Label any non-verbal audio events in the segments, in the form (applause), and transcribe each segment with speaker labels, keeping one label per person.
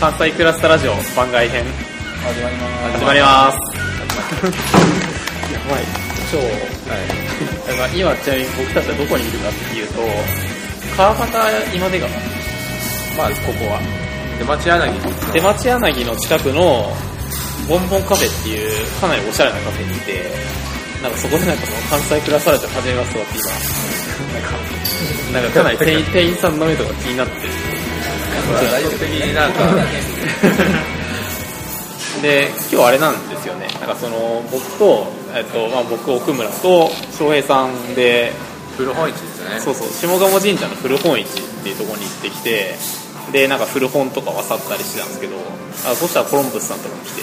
Speaker 1: 関西クラスタラジオ番外編
Speaker 2: 始まります
Speaker 1: 始まりますやばい超はい今ちなみに僕たちはどこにいるかっていうと川端今出川まあここは
Speaker 2: 出町柳
Speaker 1: 出町柳の近くのボンボンカフェっていうかなりおしゃれなカフェにいてなんかそこでなんかもう関西クラスタラジオ始めますわって今なんかなんかかなり店員店員さんの目とか気になってる
Speaker 2: 大丈夫的になんか
Speaker 1: (laughs) で今日あれなんですよねなんかその僕と,、えっとまあ、僕奥村と翔平さんで
Speaker 2: 古本市ですね
Speaker 1: そうそう下鴨神社の古本市っていうところに行ってきてでなんか古本とか漁ったりしてたんですけどあそしたらコロンブスさんとかも来て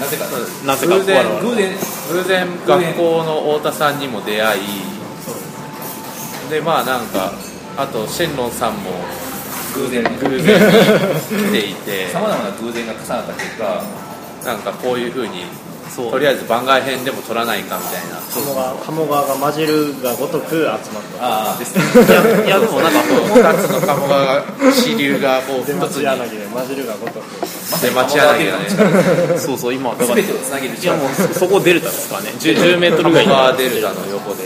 Speaker 2: なぜか
Speaker 1: なぜか
Speaker 2: 偶然
Speaker 1: 我々
Speaker 2: 偶然偶然学校の太田さんにも出会いでまあなんかあとシェンロンさんも偶然偶然来ていて
Speaker 3: さまざまな偶然が重なった結果、
Speaker 2: なんかこういうふうに
Speaker 1: そ
Speaker 2: とりあえず番外編でも撮らないかみたいな
Speaker 4: 鴨川鴨川が混じるがごとく集ま (laughs) った
Speaker 3: あ
Speaker 2: ですね
Speaker 1: いやいやでもなんかそう
Speaker 2: 2つの鴨川が支流がこう
Speaker 4: 出
Speaker 2: 一つ
Speaker 4: 町
Speaker 2: (laughs) に
Speaker 4: 柳で混じるがごとく
Speaker 2: 出町柳がね
Speaker 1: そうそう今だか
Speaker 3: す
Speaker 1: ら
Speaker 3: べ
Speaker 1: い
Speaker 3: てをつなげる
Speaker 1: や
Speaker 3: 力
Speaker 1: もうそそこデルタですからね1 0メートル
Speaker 2: 鴨
Speaker 1: ぐらい
Speaker 2: 川デルタの横で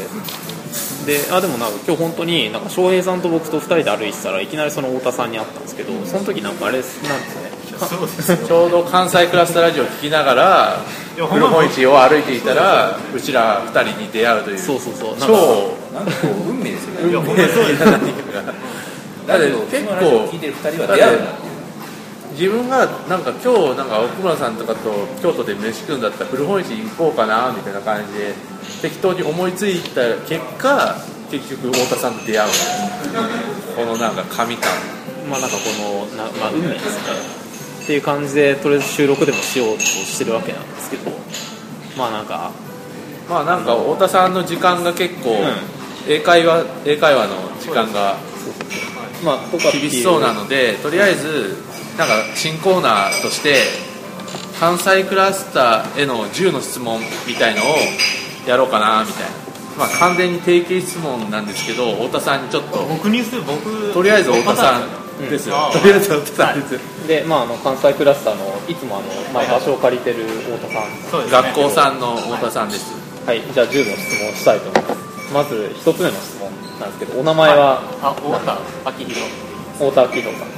Speaker 1: であでもなんか今日本当になんか翔平さんと僕と2人で歩いてたらいきなりその太田さんに会ったんですけどその時なんかあれなんですねか
Speaker 2: ちょうど関西クラスタラジオを聞きながら古本市を歩いていたらうちら2人に出会うという
Speaker 1: そうそうそうなん
Speaker 3: なんか
Speaker 1: か
Speaker 2: 超
Speaker 3: こう運命ですよね。
Speaker 2: 運命的
Speaker 5: (laughs)
Speaker 2: な何かがだって結
Speaker 3: このラジオを聞い
Speaker 2: 構
Speaker 3: てる二人は出会うなっていう。
Speaker 2: 自分がなんか今日なんか奥村さんとかと京都で飯食うんだったら古本市行こうかなみたいな感じで適当に思いついた結果結局太田さんと出会うこのなんか神感
Speaker 1: まあなんかこのな、まあ、運命ですねっていう感じでとりあえず収録でもしようとしてるわけなんですけどまあなんか
Speaker 2: まあなんか太田さんの時間が結構、
Speaker 1: ん
Speaker 2: 英会話英会話の時間が
Speaker 1: まあとか
Speaker 2: 厳しそうなのでとりあえずなんか新コーナーとして関西クラスターへの10の質問みたいのをやろうかなみたいな、まあ、完全に定型質問なんですけど太田さんにちょっと
Speaker 5: 僕にする僕
Speaker 2: とりあえず太田さんですよ、とりあえず太田さんです、
Speaker 1: でまああの関西クラスターのいつもあの、まあ、場所を借りてる太田さん
Speaker 5: そうですね
Speaker 2: 学校さんの太田さんです、
Speaker 1: はいじゃあ10の質問をしたいと思いますまず一つ目の質問なんですけどお名前は
Speaker 5: あ太田昭弘
Speaker 1: 太田明宏さん、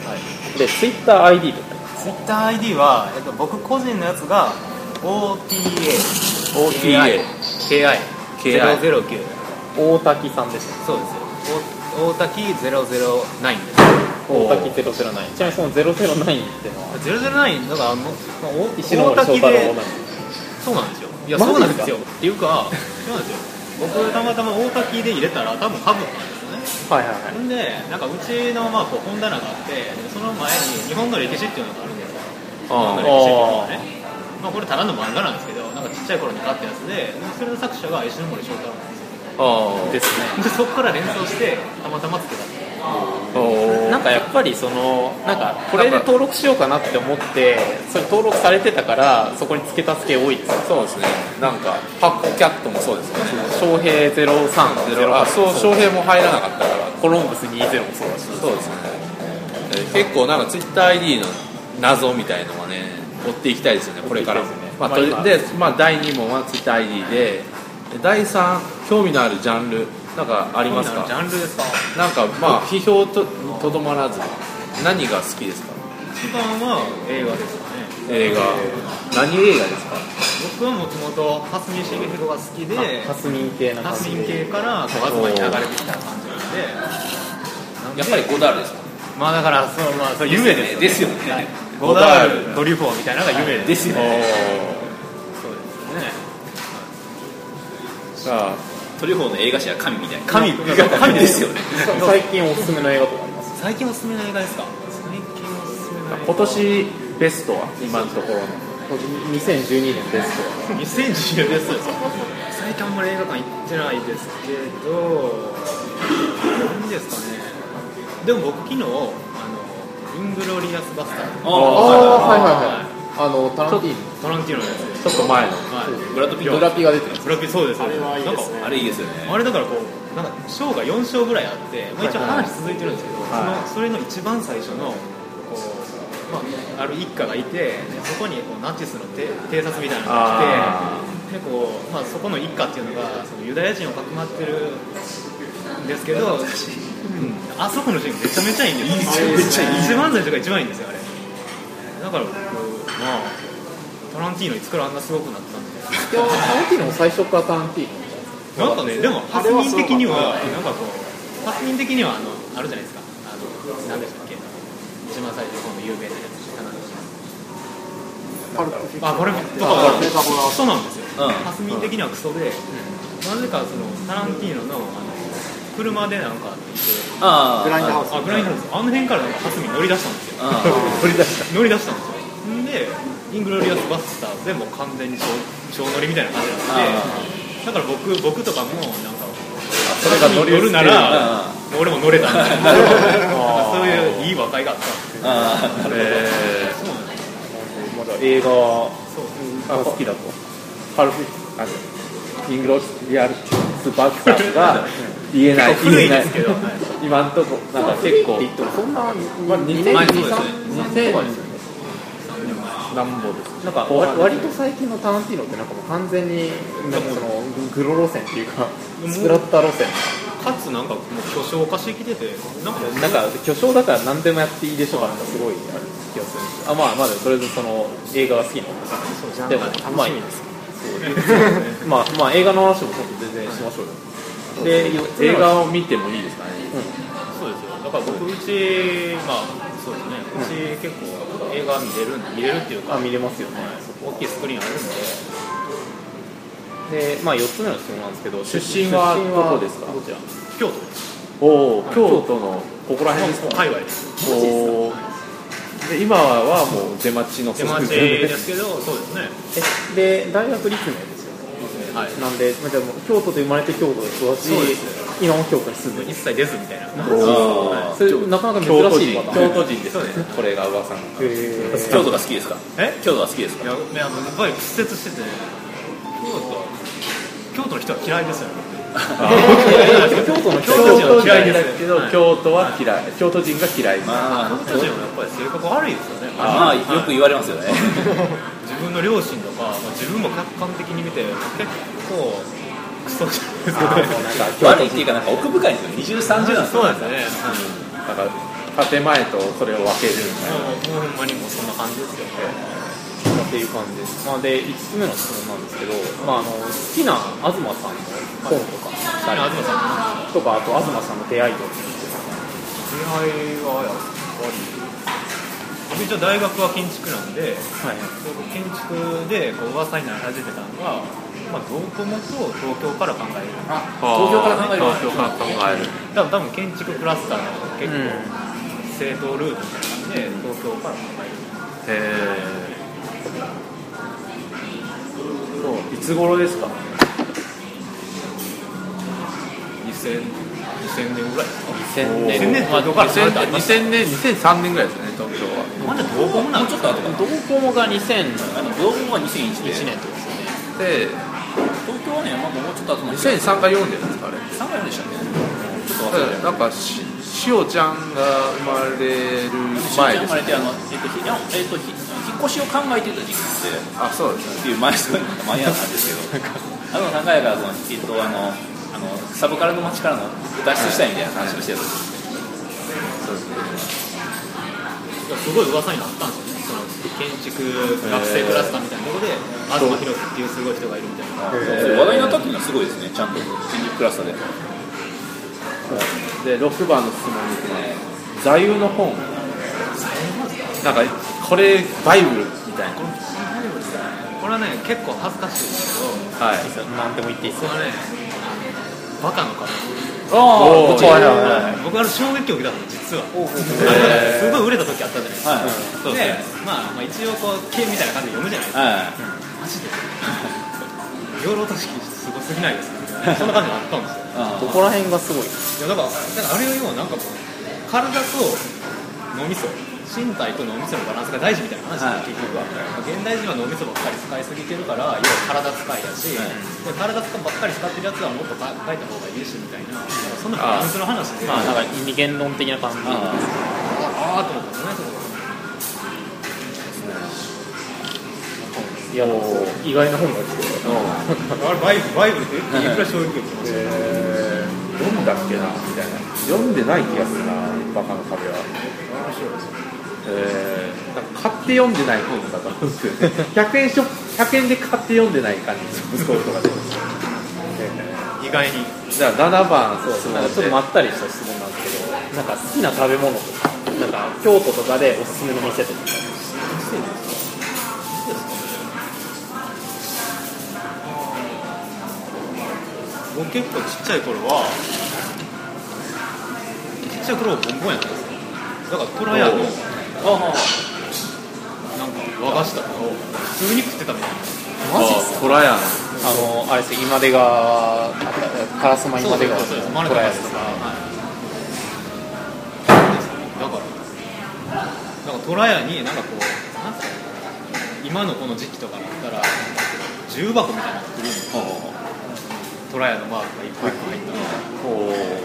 Speaker 1: で TwitterID とか
Speaker 5: TwitterID は、えっと、僕個人のやつが
Speaker 2: OTA KI
Speaker 5: OTAKI009
Speaker 1: 大滝さんでした
Speaker 5: そうですよお大滝009で
Speaker 1: 大滝009ちなみにその009っていうのは
Speaker 5: す009だからもうまあお
Speaker 1: 石森章
Speaker 5: 大滝
Speaker 1: 太郎
Speaker 5: で
Speaker 1: の
Speaker 5: そうなんですよいや
Speaker 1: マジ
Speaker 5: そ
Speaker 1: ですか
Speaker 5: うなんですよっていうかそうなんですよ僕たまたま大滝で入れたら多分ハブなんですよね
Speaker 1: はいはいはい
Speaker 5: ほんでなんかうちのまあこう本棚があってでその前に日本の歴史っていうのがあるんですよ
Speaker 2: ああ
Speaker 5: ねまあ、これただの漫画なんですけどなんかちっちゃい頃に買ったやつでそれの作者が石森章太郎なんですよ
Speaker 2: ああ
Speaker 1: ですね
Speaker 5: でそこから連想してたまたまつけたんですよ
Speaker 1: なんかやっぱりそのなんかこれで登録しようかなって思ってそれ登録されてたからそこに付け足す系多いですよ
Speaker 2: そうですねなんかパッコキャットもそうですね
Speaker 1: 翔平0308
Speaker 2: あそう
Speaker 1: そう
Speaker 2: 翔平も入らなかったから
Speaker 1: コロンブス20もそうだし
Speaker 2: そうですねえー結構なんかツイッター ID の謎みたいのはね追っていきたいですよねこれからも
Speaker 1: 追っていき
Speaker 2: ま
Speaker 1: た
Speaker 2: あ
Speaker 1: い
Speaker 2: と
Speaker 1: ですね
Speaker 2: り
Speaker 1: まあ今
Speaker 2: で、まあ、第2問はツイッター ID でで第3興味のあるジャンルなんかあります
Speaker 5: ジ
Speaker 2: か
Speaker 5: ャンルですか
Speaker 2: なんかまあ批評ととどまらず何が好きですか
Speaker 5: 一番は映画ですよね
Speaker 2: 映画何映画ですか
Speaker 5: 僕はもともと蓮見茂弘が好きで
Speaker 1: ハスミン系な感
Speaker 5: 蓮
Speaker 1: じ
Speaker 5: 見系からこう東に流れてきた感じなんで
Speaker 3: やっぱりゴダールですか。
Speaker 5: まあだからそのまあそう夢ですよね
Speaker 3: ですよね。
Speaker 5: はいゴダールドリュフォーみたいなのが夢です
Speaker 3: ですよね。
Speaker 5: そうですね
Speaker 2: さあ
Speaker 3: トリュフォーの映画史は神みたいな。
Speaker 5: (laughs) 神
Speaker 3: 神ですよ
Speaker 5: (laughs)
Speaker 3: ね。
Speaker 1: (laughs) 最近おすすめの映画とかあります
Speaker 5: 最近おすすめの映画ですか最近おすすめの映画
Speaker 2: 今年ベストは今のところの
Speaker 1: 2012年ベストは
Speaker 5: 2010です最近あんまり映画館行ってないですけど何ですかねでも僕昨日あのイングロリアスバスタ
Speaker 3: あ
Speaker 5: ー
Speaker 3: あ
Speaker 1: ああはいはいはいあのタランティーノ
Speaker 5: トランティーノのやつです
Speaker 2: ちょっと
Speaker 5: は
Speaker 2: 前の
Speaker 5: い
Speaker 3: ブラッドピッ
Speaker 1: ド
Speaker 3: ト。
Speaker 1: ラピが出てる
Speaker 5: ブラピそうですあれ
Speaker 4: はいい
Speaker 5: なん
Speaker 4: で
Speaker 5: か
Speaker 4: すね
Speaker 3: あれいいですよね。
Speaker 5: あれだからこうなんかショーが4章ぐらいあって、まあ、一応話続いてるんですけど、
Speaker 2: はい
Speaker 5: そのそれの一番最初のこう
Speaker 1: まあ、ある一家がいてでそこにこうナチスのて偵察みたいなのが
Speaker 2: あ
Speaker 1: 来てでこう、まあ、そこの一家っていうのがそのユダヤ人をかくまってるんですけど、うん、あそこのシーンめちゃめちゃいいんですよめっちゃいい一番最初が一番いいんですよあれだから僕まあタランティーノいつからあんなすごくなったんで
Speaker 4: いやタランティーノも最初からタランティーノ
Speaker 1: なんかね、でも発人的には、なんかこう、発人的にはあのあるじゃないですか、あのなんでしたっけ、一番最初の有名なやつ、なんでしたっ
Speaker 6: パルプフィ
Speaker 1: けあ、これも、と
Speaker 6: あ
Speaker 1: か、
Speaker 6: メタボラ
Speaker 1: クソなんですよ、
Speaker 5: うん
Speaker 1: 発人的にはクソで、なぜかそのタランティーノのあの車でなんか一緒
Speaker 5: ああ
Speaker 6: グラインドハウス
Speaker 1: あ、グラインドハウス、あの辺からなんか発人乗り出したんですよ、
Speaker 5: ああ
Speaker 4: 取り出し
Speaker 1: (laughs)
Speaker 4: た
Speaker 1: 乗り出したんですよ、んで、イングロリアスバスターズでもう完全に小小乗りみたいな感じになって、だから僕僕とかも、なんか、
Speaker 4: それが乗り移
Speaker 1: 乗るなら、
Speaker 5: あ
Speaker 1: 俺も乗れたん
Speaker 4: (laughs)
Speaker 1: だ
Speaker 4: あー
Speaker 1: (laughs) そういういい和解があったんですよ
Speaker 5: ああ
Speaker 2: え
Speaker 1: そうなんです
Speaker 4: まだ映画
Speaker 1: そう
Speaker 4: が好きだとパルフあのイングロリアルスバスターズが言えない
Speaker 1: 古
Speaker 4: 言え
Speaker 1: い
Speaker 4: な
Speaker 1: で
Speaker 4: い
Speaker 1: すけど、はい
Speaker 4: 今んとこなんか結構
Speaker 2: 古い
Speaker 4: って言ってもそんな、まあ、2
Speaker 5: まあ
Speaker 4: 年
Speaker 5: そうですね
Speaker 4: 2000何本ですなんかわ割と最近のタランティーノってなんかもう完全になんかそのグロ路線っていうか
Speaker 1: もう
Speaker 4: スプラッタ路線
Speaker 1: かつなんかもう巨匠化してきててなんか
Speaker 4: なんか巨匠だから何でもやっていいでしょうかなんかすごいある気がするんですあまあまだそれでその映画が好きなのでも楽しみですまあまあ映画の話もちょっと全然しましょうよ
Speaker 2: ー、で映画を見てもいいですかね
Speaker 1: そうですよだから僕うちまあそうですねうち結構映画見れるんで見れるっていうか
Speaker 4: あ見れますよね
Speaker 1: 大きいスクリーンあるんで
Speaker 4: でまあ4つ目の質問なんですけど出
Speaker 2: 出
Speaker 4: 身
Speaker 2: 身は
Speaker 4: は
Speaker 2: ど
Speaker 4: ど
Speaker 2: こ
Speaker 4: こ
Speaker 2: で
Speaker 4: ですす
Speaker 2: か
Speaker 4: か
Speaker 1: こちら京都です
Speaker 2: おお京都のここら辺ですか
Speaker 1: 界隈です
Speaker 2: おおで今はもう出待ちの
Speaker 1: 出待ちですけどそうですね
Speaker 4: えで大学立命ですよね
Speaker 1: はい
Speaker 4: なんで、まあ、でも京都で生まれて京都で育ち
Speaker 1: そうです
Speaker 4: 今も京都に住んでる
Speaker 1: 一切出ずみた
Speaker 4: (laughs)
Speaker 1: いな
Speaker 5: ああ
Speaker 4: それなかなか
Speaker 2: 京都
Speaker 4: 珍しい
Speaker 2: 人
Speaker 4: パター
Speaker 2: 京
Speaker 4: ン
Speaker 2: 都人ですねこれが噂の
Speaker 4: へー
Speaker 5: 京都が好きですか
Speaker 1: え
Speaker 5: 京都が好きです
Speaker 1: い
Speaker 5: か
Speaker 1: やいややっぱり屈折してて京都京都の人は嫌いですよ
Speaker 4: (laughs)
Speaker 1: ね
Speaker 4: いやいや
Speaker 1: (laughs)
Speaker 4: 京都の人
Speaker 1: 京
Speaker 2: 京
Speaker 1: 都人
Speaker 2: 都
Speaker 1: は嫌い
Speaker 2: 人
Speaker 1: です
Speaker 2: だけど京都は嫌い京都人が嫌い
Speaker 1: この
Speaker 5: まあ
Speaker 1: 人たちもやっぱり性格悪いですよね、
Speaker 5: まあよく言われますよね
Speaker 1: 自分の両親とか、まあ、自分も客観的に見て、結構、クソじゃないですか、
Speaker 5: (laughs) 悪いっていうかなんか奥深いんですよ二重三
Speaker 1: (laughs)
Speaker 5: 重なんです
Speaker 1: そう
Speaker 5: よ
Speaker 1: なんですね、
Speaker 2: なんか建前とそれを分けるみたいな
Speaker 1: もうもうほんまにもうそんな感じですよね、
Speaker 4: っていう感じです、まあ、で5つ目の質問なんですけど、まあ、あの好きな東さん
Speaker 1: 確かに東さん、
Speaker 4: の本とか、とかあと東さんの出会いとか
Speaker 1: 出会いはやっぱり、僕一応大学は建築なんで、
Speaker 4: はい
Speaker 1: 僕建築でこう噂になり始めたのが、まあ、道具もと東京から考える。
Speaker 2: 東
Speaker 5: 京から考える
Speaker 2: 東京から考える
Speaker 1: 多分多分建築クラスターの結構正当ルートみたいな感じで東京から考
Speaker 2: へえいつ頃ですか
Speaker 1: える2000 2000年ぐらいですか
Speaker 4: 2000年
Speaker 1: 2000年まあどこから考えたら
Speaker 2: 2000年2003年ぐらいですね東京は
Speaker 1: まだどこもなん
Speaker 5: もうちょっと後かな
Speaker 4: どこもが2000
Speaker 5: あの道具は2001で
Speaker 1: 1年とか
Speaker 2: で
Speaker 5: 東京はね、まあ、もうちょっと後なんですけど
Speaker 2: 2003か4年ですかあれ
Speaker 5: 3回目でしたねちょっと忘れ
Speaker 2: なんかししおちゃんが生まれる前
Speaker 5: て生
Speaker 2: です
Speaker 5: まれてあの、えっとひいやえっとひ引っ越しを考えてた時期なんで
Speaker 2: あそうですね
Speaker 5: っていう前すごいマニアなんですけど、あの長屋がそのえっとあのあのサブカルの街からの脱出したいみたいな話をしてた時、
Speaker 2: そうですね
Speaker 1: すごい噂になったんですよねその建築学生クラスターみたいなところで東博樹っていうすごい人がいるみたいな
Speaker 5: そう話題になったっていうのはすごいですね、ちゃんと新宿クラスターで。
Speaker 2: で6番の質問ですね座右の本なんかこれバイブルみたいな
Speaker 1: これはね結構恥ずかしいですけ
Speaker 2: はい
Speaker 4: なんでも言っていいです
Speaker 1: どこれはねバカの顔
Speaker 2: おー
Speaker 4: こっち
Speaker 2: はいはいはい
Speaker 1: 僕あれ衝撃を受けたんです実はあのすごい売れた時あったじゃないですか
Speaker 5: はい、
Speaker 1: そうですねまあまあ一応こう系みたいな感じで読むじゃないですか
Speaker 5: は
Speaker 1: マジで養老た式すごすぎないですかそんな感じがあったんです
Speaker 4: ど
Speaker 5: い
Speaker 4: こら辺がす
Speaker 1: よ
Speaker 4: ごい
Speaker 1: いやだからだからあれよりもなんかもう体と脳みそ身体と脳みそのバランスが大事みたいな話
Speaker 5: はい
Speaker 1: で、結局は現代人は脳みそばっかり使いすぎてるから要は体使いやし、
Speaker 5: は
Speaker 1: で
Speaker 5: い
Speaker 1: 体使いばっかり使ってるやつはもっとか書いた方がいいしみたいなそんな
Speaker 2: あ
Speaker 1: バラン
Speaker 2: あ
Speaker 1: スの話で
Speaker 4: まあ
Speaker 1: あ
Speaker 4: なんか二元論的な感じ
Speaker 5: うん
Speaker 1: あーと思ったんですよねそこが
Speaker 5: あ
Speaker 4: いや意外な本なんですけど、
Speaker 1: あれバイブバイブルって言っていくら衝撃を受けました
Speaker 4: えー、読んだっけなみたいな読んでない気がするなバカの壁は
Speaker 2: えーなんか買って読んでない本だと思うんですよね (laughs) 100円ショップ100円で買って読んでない感じですそうとか
Speaker 1: 意外に
Speaker 2: じゃあ7番そうそう
Speaker 4: なんかちょっとまったりした質問なんですけどなんか好きな食べ物とかなんか京都とかでおすすめの店とか
Speaker 1: 僕結構ちっちゃい頃はちっちゃい頃はボンボンやったんですよだから虎屋のなんか和菓子とかを普通に食ってたみたいな
Speaker 2: トラヤン
Speaker 4: あのあれですよ今出川烏丸今出川
Speaker 1: そうそうそう
Speaker 4: の
Speaker 1: マル
Speaker 4: ト
Speaker 1: カ
Speaker 4: ライア
Speaker 1: ラ
Speaker 4: ル
Speaker 1: ス
Speaker 4: と
Speaker 1: と
Speaker 4: か
Speaker 1: か、はい、だからなんかトラヤになんかこうなんか今のこの時期とかだったら重箱みたいなの作るんですよトラヤのマークがいっぱい入った、
Speaker 4: こ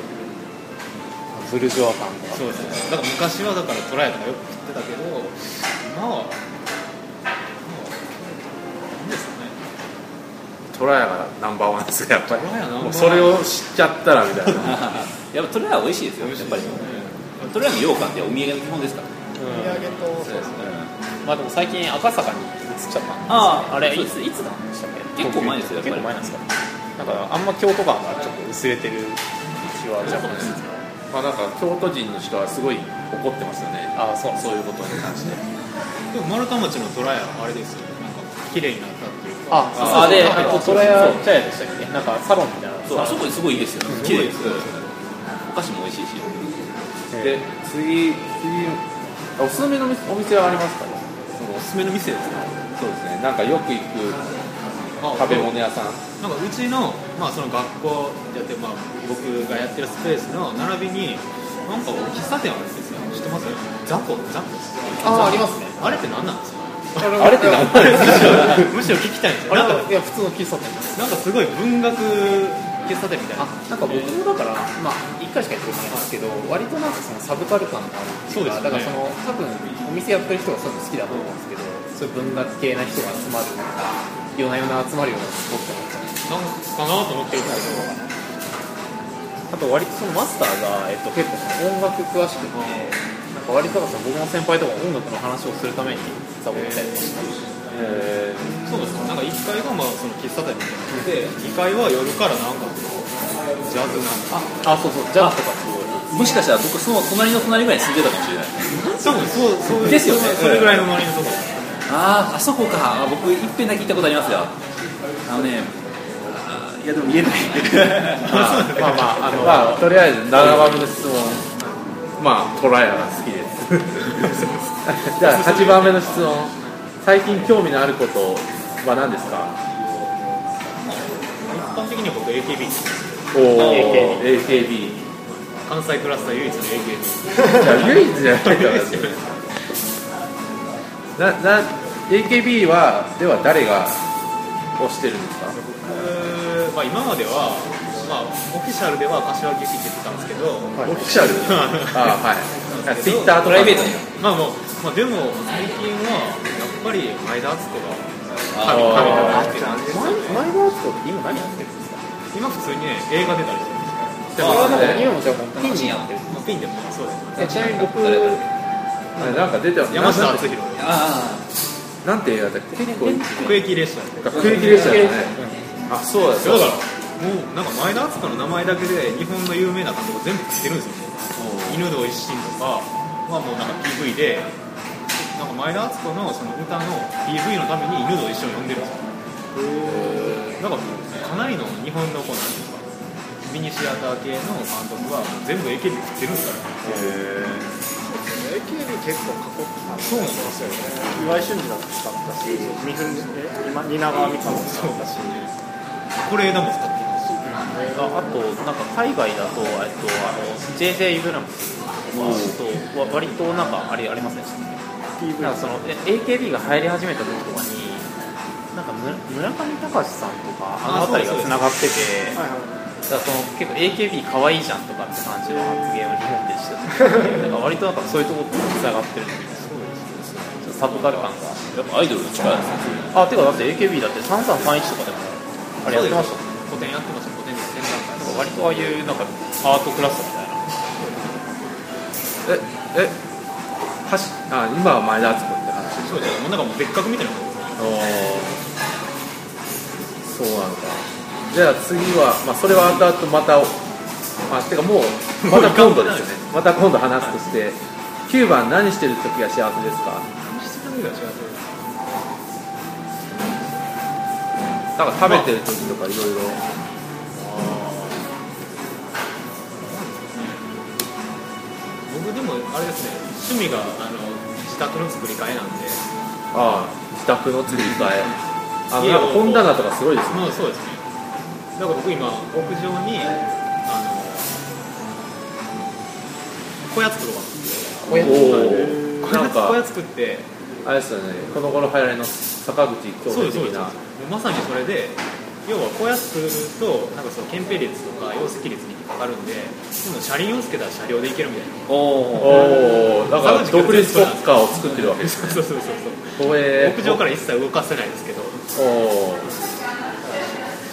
Speaker 4: うブルジョア感とか
Speaker 1: そうですねだから昔はだからトライとかよく食ってたけど今は今は何ですかね
Speaker 2: トラヤがナンバーワンですねやっぱり
Speaker 1: トラヤナンバーワン
Speaker 2: もうそれを知っちゃったらみたいな
Speaker 5: やっぱトレラは美味しいですよ、やっぱり。トレラの羊羹ってお土産の基本ですから。
Speaker 4: まあでも最近赤坂に移っちゃったんで
Speaker 5: ああ、
Speaker 4: あ
Speaker 5: あれ、
Speaker 4: れ
Speaker 5: いつ、いつだ。
Speaker 4: したっけ
Speaker 5: 結構前ですよやっぱり
Speaker 4: 結構前なんですかなんかあんま京都感がちょっと薄れてる気は若干する
Speaker 2: まあなんか京都人の人はすごい怒ってますよね
Speaker 4: ああそうなんです
Speaker 2: そういうことに関して
Speaker 1: でも丸太町のトライはあれですよなんか綺麗になったっていうか
Speaker 4: あそうそう
Speaker 5: あで
Speaker 4: なんか
Speaker 5: えっと
Speaker 4: トラヤ茶屋でしたっけなんかサロンみたいな
Speaker 5: そう、あそこすごいいいですよ。綺麗です。お菓子も美味しいし。
Speaker 2: で次次あおすすめのみお店はありますかね
Speaker 5: おすすめの店ですか。
Speaker 2: そうですねなんかよく行く食べ物屋さん
Speaker 1: なんかうちの,、まあその学校やって、まあ、僕がやってるスペースの並びになんか喫茶店あるんですよ知ってますザコザコ
Speaker 6: ああ、ありますね。
Speaker 1: あれって何なんですか
Speaker 6: あれって何
Speaker 1: むしろむしろ聞きたいんですよなんか
Speaker 6: いや、普通の喫茶店です。
Speaker 1: なんかすごい文学喫茶店みたいな
Speaker 4: なんか僕もだから、まあ、1回しかやってことないんですけど、割となんかそのサブカル感があるっていうか、
Speaker 1: そう
Speaker 4: だ
Speaker 1: で
Speaker 4: から
Speaker 1: す
Speaker 4: そ
Speaker 1: よね
Speaker 4: の、多分お店やってる人がそういうの好きだと思うんですけど、そういう文学系な人が集まる、夜な夜な集まるようなスポットなんじゃないです
Speaker 1: な
Speaker 4: か
Speaker 1: んかなと思ってるんですけど、
Speaker 4: あと、割とそのマスターが、えっと、結構その音楽詳しくて、なんか割とだからその僕の先輩とか音楽の話をするために、サボったりとかして、
Speaker 1: そうですね、なんか1階がまあその喫茶店みたいなので、2階は夜からなんかこうジャズなんか、
Speaker 4: あ、そうそう、ジャズとかすごい。
Speaker 5: もしかしたら、僕、その隣の隣ぐらいに住んでたかもしれない。
Speaker 1: 多分そうそういう
Speaker 5: ですよね
Speaker 1: それぐらいの周りのと
Speaker 4: (laughs)
Speaker 1: ころ、
Speaker 5: ああ、あそこか。あ僕、いっぺんだけ行ったことありますよ。あのね。あーいや、でも、言えない。
Speaker 4: まあまあ、あの、
Speaker 2: まあとりあえず7番目の質問まあトライアが好きです (laughs) じゃあ8番目の質問最近興味のあることは何ですか
Speaker 1: 一般的に僕、AKB、
Speaker 2: おお
Speaker 4: AKB
Speaker 2: AKB
Speaker 1: 関西クラスター唯一の AKB、
Speaker 2: じゃあ唯一じゃな
Speaker 1: (laughs)
Speaker 2: いからなな AKB はでは誰が推してるんですか
Speaker 1: 僕まあ、今までは、まあ、オフィシャルでは柏木って言ってたんですけど、
Speaker 2: オフィシャルああはいツイッターと
Speaker 5: プラ
Speaker 2: か
Speaker 5: イベートに。
Speaker 1: まあもう、まあ、でも最近はやっぱり前田敦子が
Speaker 5: あ
Speaker 1: 神
Speaker 5: ー
Speaker 1: 々だなって感じです
Speaker 4: 前前のアートって今何やってるんですか
Speaker 1: 今普通にね映画出たりしてる
Speaker 2: でもなんかね
Speaker 4: 今もじゃあもうピンにやってる。
Speaker 1: まあ、ピンでもそうです
Speaker 4: えちなみに僕、
Speaker 5: 誰誰
Speaker 2: なんか出てます
Speaker 1: 山下敦弘
Speaker 5: あ
Speaker 2: なんて映画だっけ結構
Speaker 1: 国益列車
Speaker 2: 空撃列車だねあそうだ
Speaker 1: そうだからもうなんか前田敦子の名前だけで日本の有名な監督全部知ってるんですよ犬堂一心とかはもうなんか PV でなんか前田敦子のその歌の PV のために犬堂一心を呼んでるんですよなんかかなりの日本のこうなんていうかミニシアター系の監督はもう全部 AKB 知ってるんですから
Speaker 6: AKB 結構過酷なん
Speaker 1: そうなんですよ
Speaker 6: 岩井俊二だって使ったし、三船、え今、蜷川美香も使ったし、
Speaker 1: これ枝も使ってるし
Speaker 4: あと、なんか海外だと、えっと、あの JJ イブラムスとわ割となんかあれありますね、
Speaker 6: PV
Speaker 4: なんかそのえ AKB が入り始めた時とかに、なんかむ村上隆さんとか、あの辺りがつながってて、
Speaker 6: はいはい
Speaker 4: だからその結構 AKB 可愛いじゃんとかって感
Speaker 6: (laughs)
Speaker 4: じの発言を日本でしてたんで、なんか割となんかそういうところつながってるんです
Speaker 7: サブカル感が
Speaker 8: やっぱアイドルの力ですね
Speaker 7: あてかだって AKB だって3331とかでもあれやってましたもん
Speaker 5: 古典やってました古
Speaker 7: 割とああいう
Speaker 5: 典で展覧会
Speaker 7: なんかアートクラスみたいな
Speaker 2: ええはしあ今は前田敦子って話
Speaker 5: そうですもうなんかもう別格みたいなもんですね
Speaker 2: そうなのかじゃあ次は、まあ、それは後々またまあてかもうまた今度ですよねまた今度話すとして、9番何してる時が幸せですか
Speaker 5: 何してるのが違う
Speaker 2: なんか食べてる時とかいろいろ
Speaker 5: 僕でもあれですね趣味があの自宅の作り替えなんで
Speaker 2: ああ自宅の釣り替えあの
Speaker 5: 家を
Speaker 2: なんか本棚とかすごいですね
Speaker 5: まあそうですねだから僕今屋上にあの小屋作ろう
Speaker 2: おお
Speaker 5: かな
Speaker 2: なん
Speaker 5: んか小
Speaker 2: か
Speaker 5: 屋作って
Speaker 2: あれですよねこの頃流行りの坂口京
Speaker 5: そうで
Speaker 2: 平
Speaker 5: すそうです
Speaker 2: 的な
Speaker 5: もうまさにそれで要は小屋作るとなんかその憲兵率とか容積率に引っかかるんで今度車輪をつけたら車両で行けるみたいな
Speaker 7: おおだから独立国家を作ってるわけです
Speaker 5: そうそうそうそう
Speaker 2: 公営
Speaker 5: 屋上から一切動かせないですけど
Speaker 2: おお
Speaker 5: そ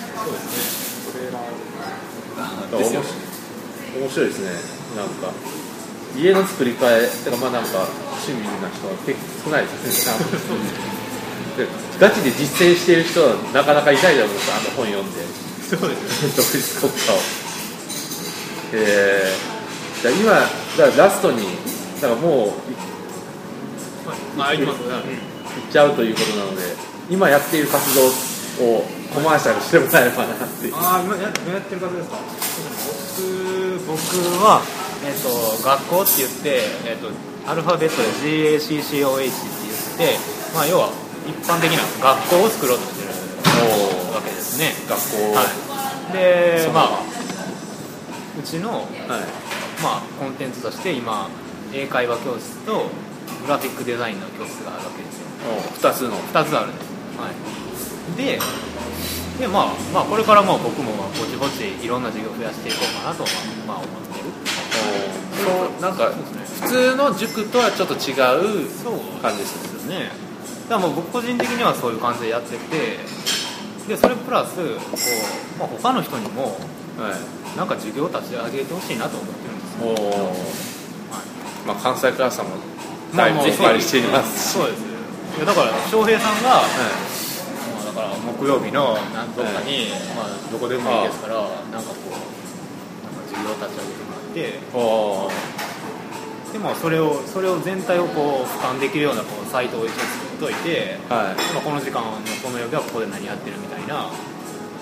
Speaker 5: うですね
Speaker 2: 面白い面白いですねなんか家の作り替えてかまあなんか趣味な人は結構少ないですね (laughs) でガチで実践してる人はなかなかいないだろうとあの本読んで
Speaker 5: そうですね
Speaker 2: 独立国家をえー、じゃあ今じゃあラストにだからもうい
Speaker 5: まあありますね
Speaker 2: 行っちゃうということなので今やっている活動をコマーシャルしてもらえればなっていう
Speaker 9: ああ、今ややってる方ですか。
Speaker 1: 僕僕は、えっと学校って言って、えっとアルファベットで GACCOH って言って、まあ、要は一般的な学校を作ろうとしてるわけですね。
Speaker 2: 学校
Speaker 1: はい、で、まあ、うちの、
Speaker 2: はい
Speaker 1: まあ、コンテンツとして今英会話教室とグラフィックデザインの教室があるわけですよ
Speaker 2: 2つの
Speaker 1: 2つあるんです、はい、でで、まあ、まあこれからもう僕もまあぼちぼちいろんな授業増やしていこうかなとは、まあ、思ってる
Speaker 2: そうなんか普通の塾とはちょっと違う
Speaker 1: そう
Speaker 2: 感じですね
Speaker 1: ですよねだからもう僕個人的にはそういう感じでやっててでそれプラスこう、まあ、他の人にも
Speaker 2: はい
Speaker 1: なんか授業を立ち上げてほしいなと思ってるんですよ
Speaker 2: おおまあ関西クラスさんも
Speaker 1: ま
Speaker 2: だ
Speaker 1: あ
Speaker 2: いぶ
Speaker 1: まあ
Speaker 2: お借りしています
Speaker 1: そうですいやだから翔平さんが
Speaker 2: はい
Speaker 1: まあ、だから木曜日のなんとかに、まあ、どこでもいいですから、なんかこう、なんか授業を立ち上げてもら
Speaker 2: おお
Speaker 1: って、でもそれを、それを全体をこう俯瞰できるようなこうサイトを一応作っといて、
Speaker 2: は
Speaker 1: まあ、この時間のこの曜日はここで何やってるみたいな、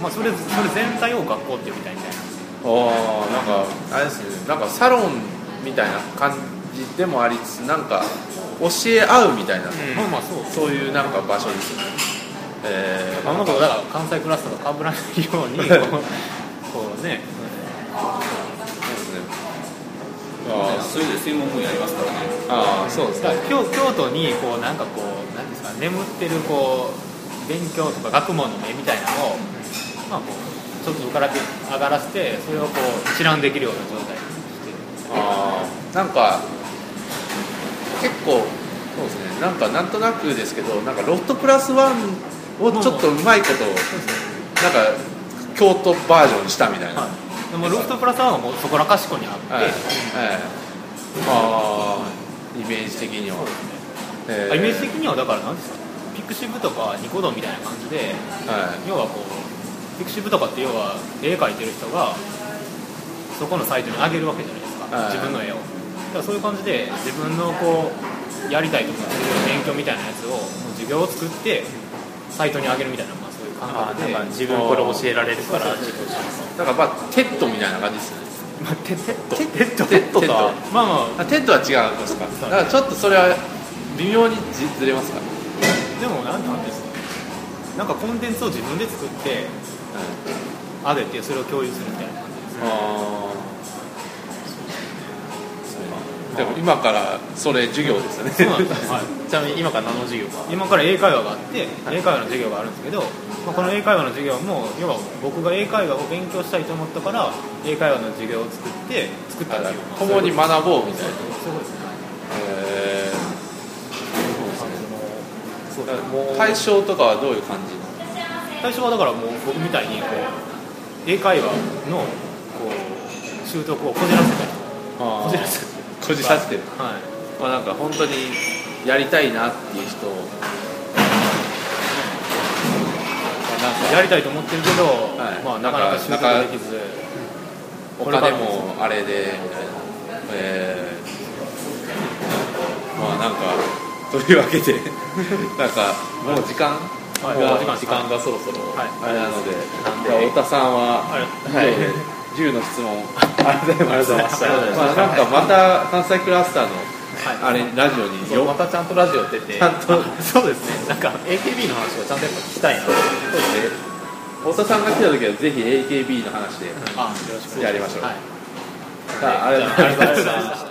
Speaker 1: まあ、それそれ全体を学校って呼びたいみたいな、
Speaker 2: いおおなんかあれですねなんかサロンみたいな感じでもありつつなんか教え合うみたいな、
Speaker 1: まあまあそう、
Speaker 2: そういうなんか場所ですねえー
Speaker 1: あのことだから関西クラスとか被らないようにこう、こうね、
Speaker 2: そうですねあー
Speaker 8: それで専門分野ありますからね
Speaker 2: あーそうですね
Speaker 1: だから京京都にこうなんかこうなんですか眠ってるこう勉強とか学問の目みたいなのを、まあ、こうちょっと浮から上がらせてそれをこう一覧できるような状態にしてる
Speaker 2: あーなんか結構そうですねなんかなんとなくですけどなんかロフトプラスワンをちょっとうまいことなんか京都バージョンにしたみたいな、はい
Speaker 1: はい、でもロフトプラスワンはもうそこらかしこにあって、
Speaker 2: はいああイメージ的には、え
Speaker 1: イメージ的にはだからなんですかピクシブとかニコ動みたいな感じで
Speaker 2: はい
Speaker 1: 要はこうピクシブとかって要は絵描いてる人がそこのサイトに上げるわけじゃないですか、
Speaker 2: はい
Speaker 1: 自分の絵をだからそういう感じで自分のこうやりたいとか勉強みたいなやつをもう授業を作ってサイトに上げるみたいな、まあ、そういう感覚で
Speaker 7: 自分これ教えられるから自分
Speaker 2: だからまあテッドみたいな感じですね
Speaker 1: テッド
Speaker 2: テッドとは
Speaker 1: まあまあ
Speaker 2: あテッドは違うんですかだからちょっとそれは微妙にずずれますか、
Speaker 1: でもなんなんですかなんかコンテンツを自分で作って
Speaker 2: はい
Speaker 1: 上げてそれを共有するみたいな感じ
Speaker 2: ああでも今からそれ授業ですよね
Speaker 1: そうなんですよ、はい
Speaker 7: ちなみに今から何の授業か
Speaker 1: 今から英会話があって英会話の授業があるんですけど、まあ、この英会話の授業も要は僕が英会話を勉強したいと思ったから英会話の授業を作って作ったっていう
Speaker 2: 共に学ぼうみたいな
Speaker 1: そういうことですね
Speaker 2: へえ
Speaker 1: そうですねそうですもう
Speaker 2: 対象とかはどういう感じの
Speaker 1: 最初はだからもう僕みたいにこう英会話のこう習得をこじらせたりこ
Speaker 2: あー
Speaker 1: じらせ
Speaker 2: こじさせてる
Speaker 1: たり、はい、
Speaker 2: まあなんか本当にやりたいなっていう人を
Speaker 1: やりたいと思ってるけど、
Speaker 2: はい
Speaker 1: まあ、なかなか習得できず
Speaker 2: お
Speaker 1: これか
Speaker 2: 金
Speaker 1: ら
Speaker 2: もあれでみたいなえーまあなんかというわけでなんかもう時間が、
Speaker 1: はいもう時間
Speaker 2: 時間がそろそろ
Speaker 1: はい
Speaker 2: あれなので、
Speaker 1: なんで
Speaker 2: じゃあ太田さんは、
Speaker 1: あれ
Speaker 2: はい、10の質問ありがとうございました
Speaker 1: ありがとうございまし
Speaker 2: まあなんかまた関西クラスターのあ
Speaker 1: はい
Speaker 2: れラジオに
Speaker 10: そう
Speaker 2: よ
Speaker 10: またちゃんとラジオ出て
Speaker 2: ちゃんと
Speaker 1: そうですねなんか AKB の話はちゃんとやっぱ聞きたいなと
Speaker 2: そうですね太田さんが来た時はぜひ AKB の話で
Speaker 1: あよろしくお願いします
Speaker 2: やりましょう
Speaker 1: はい
Speaker 2: さあありがとうございました
Speaker 1: ありがとうございました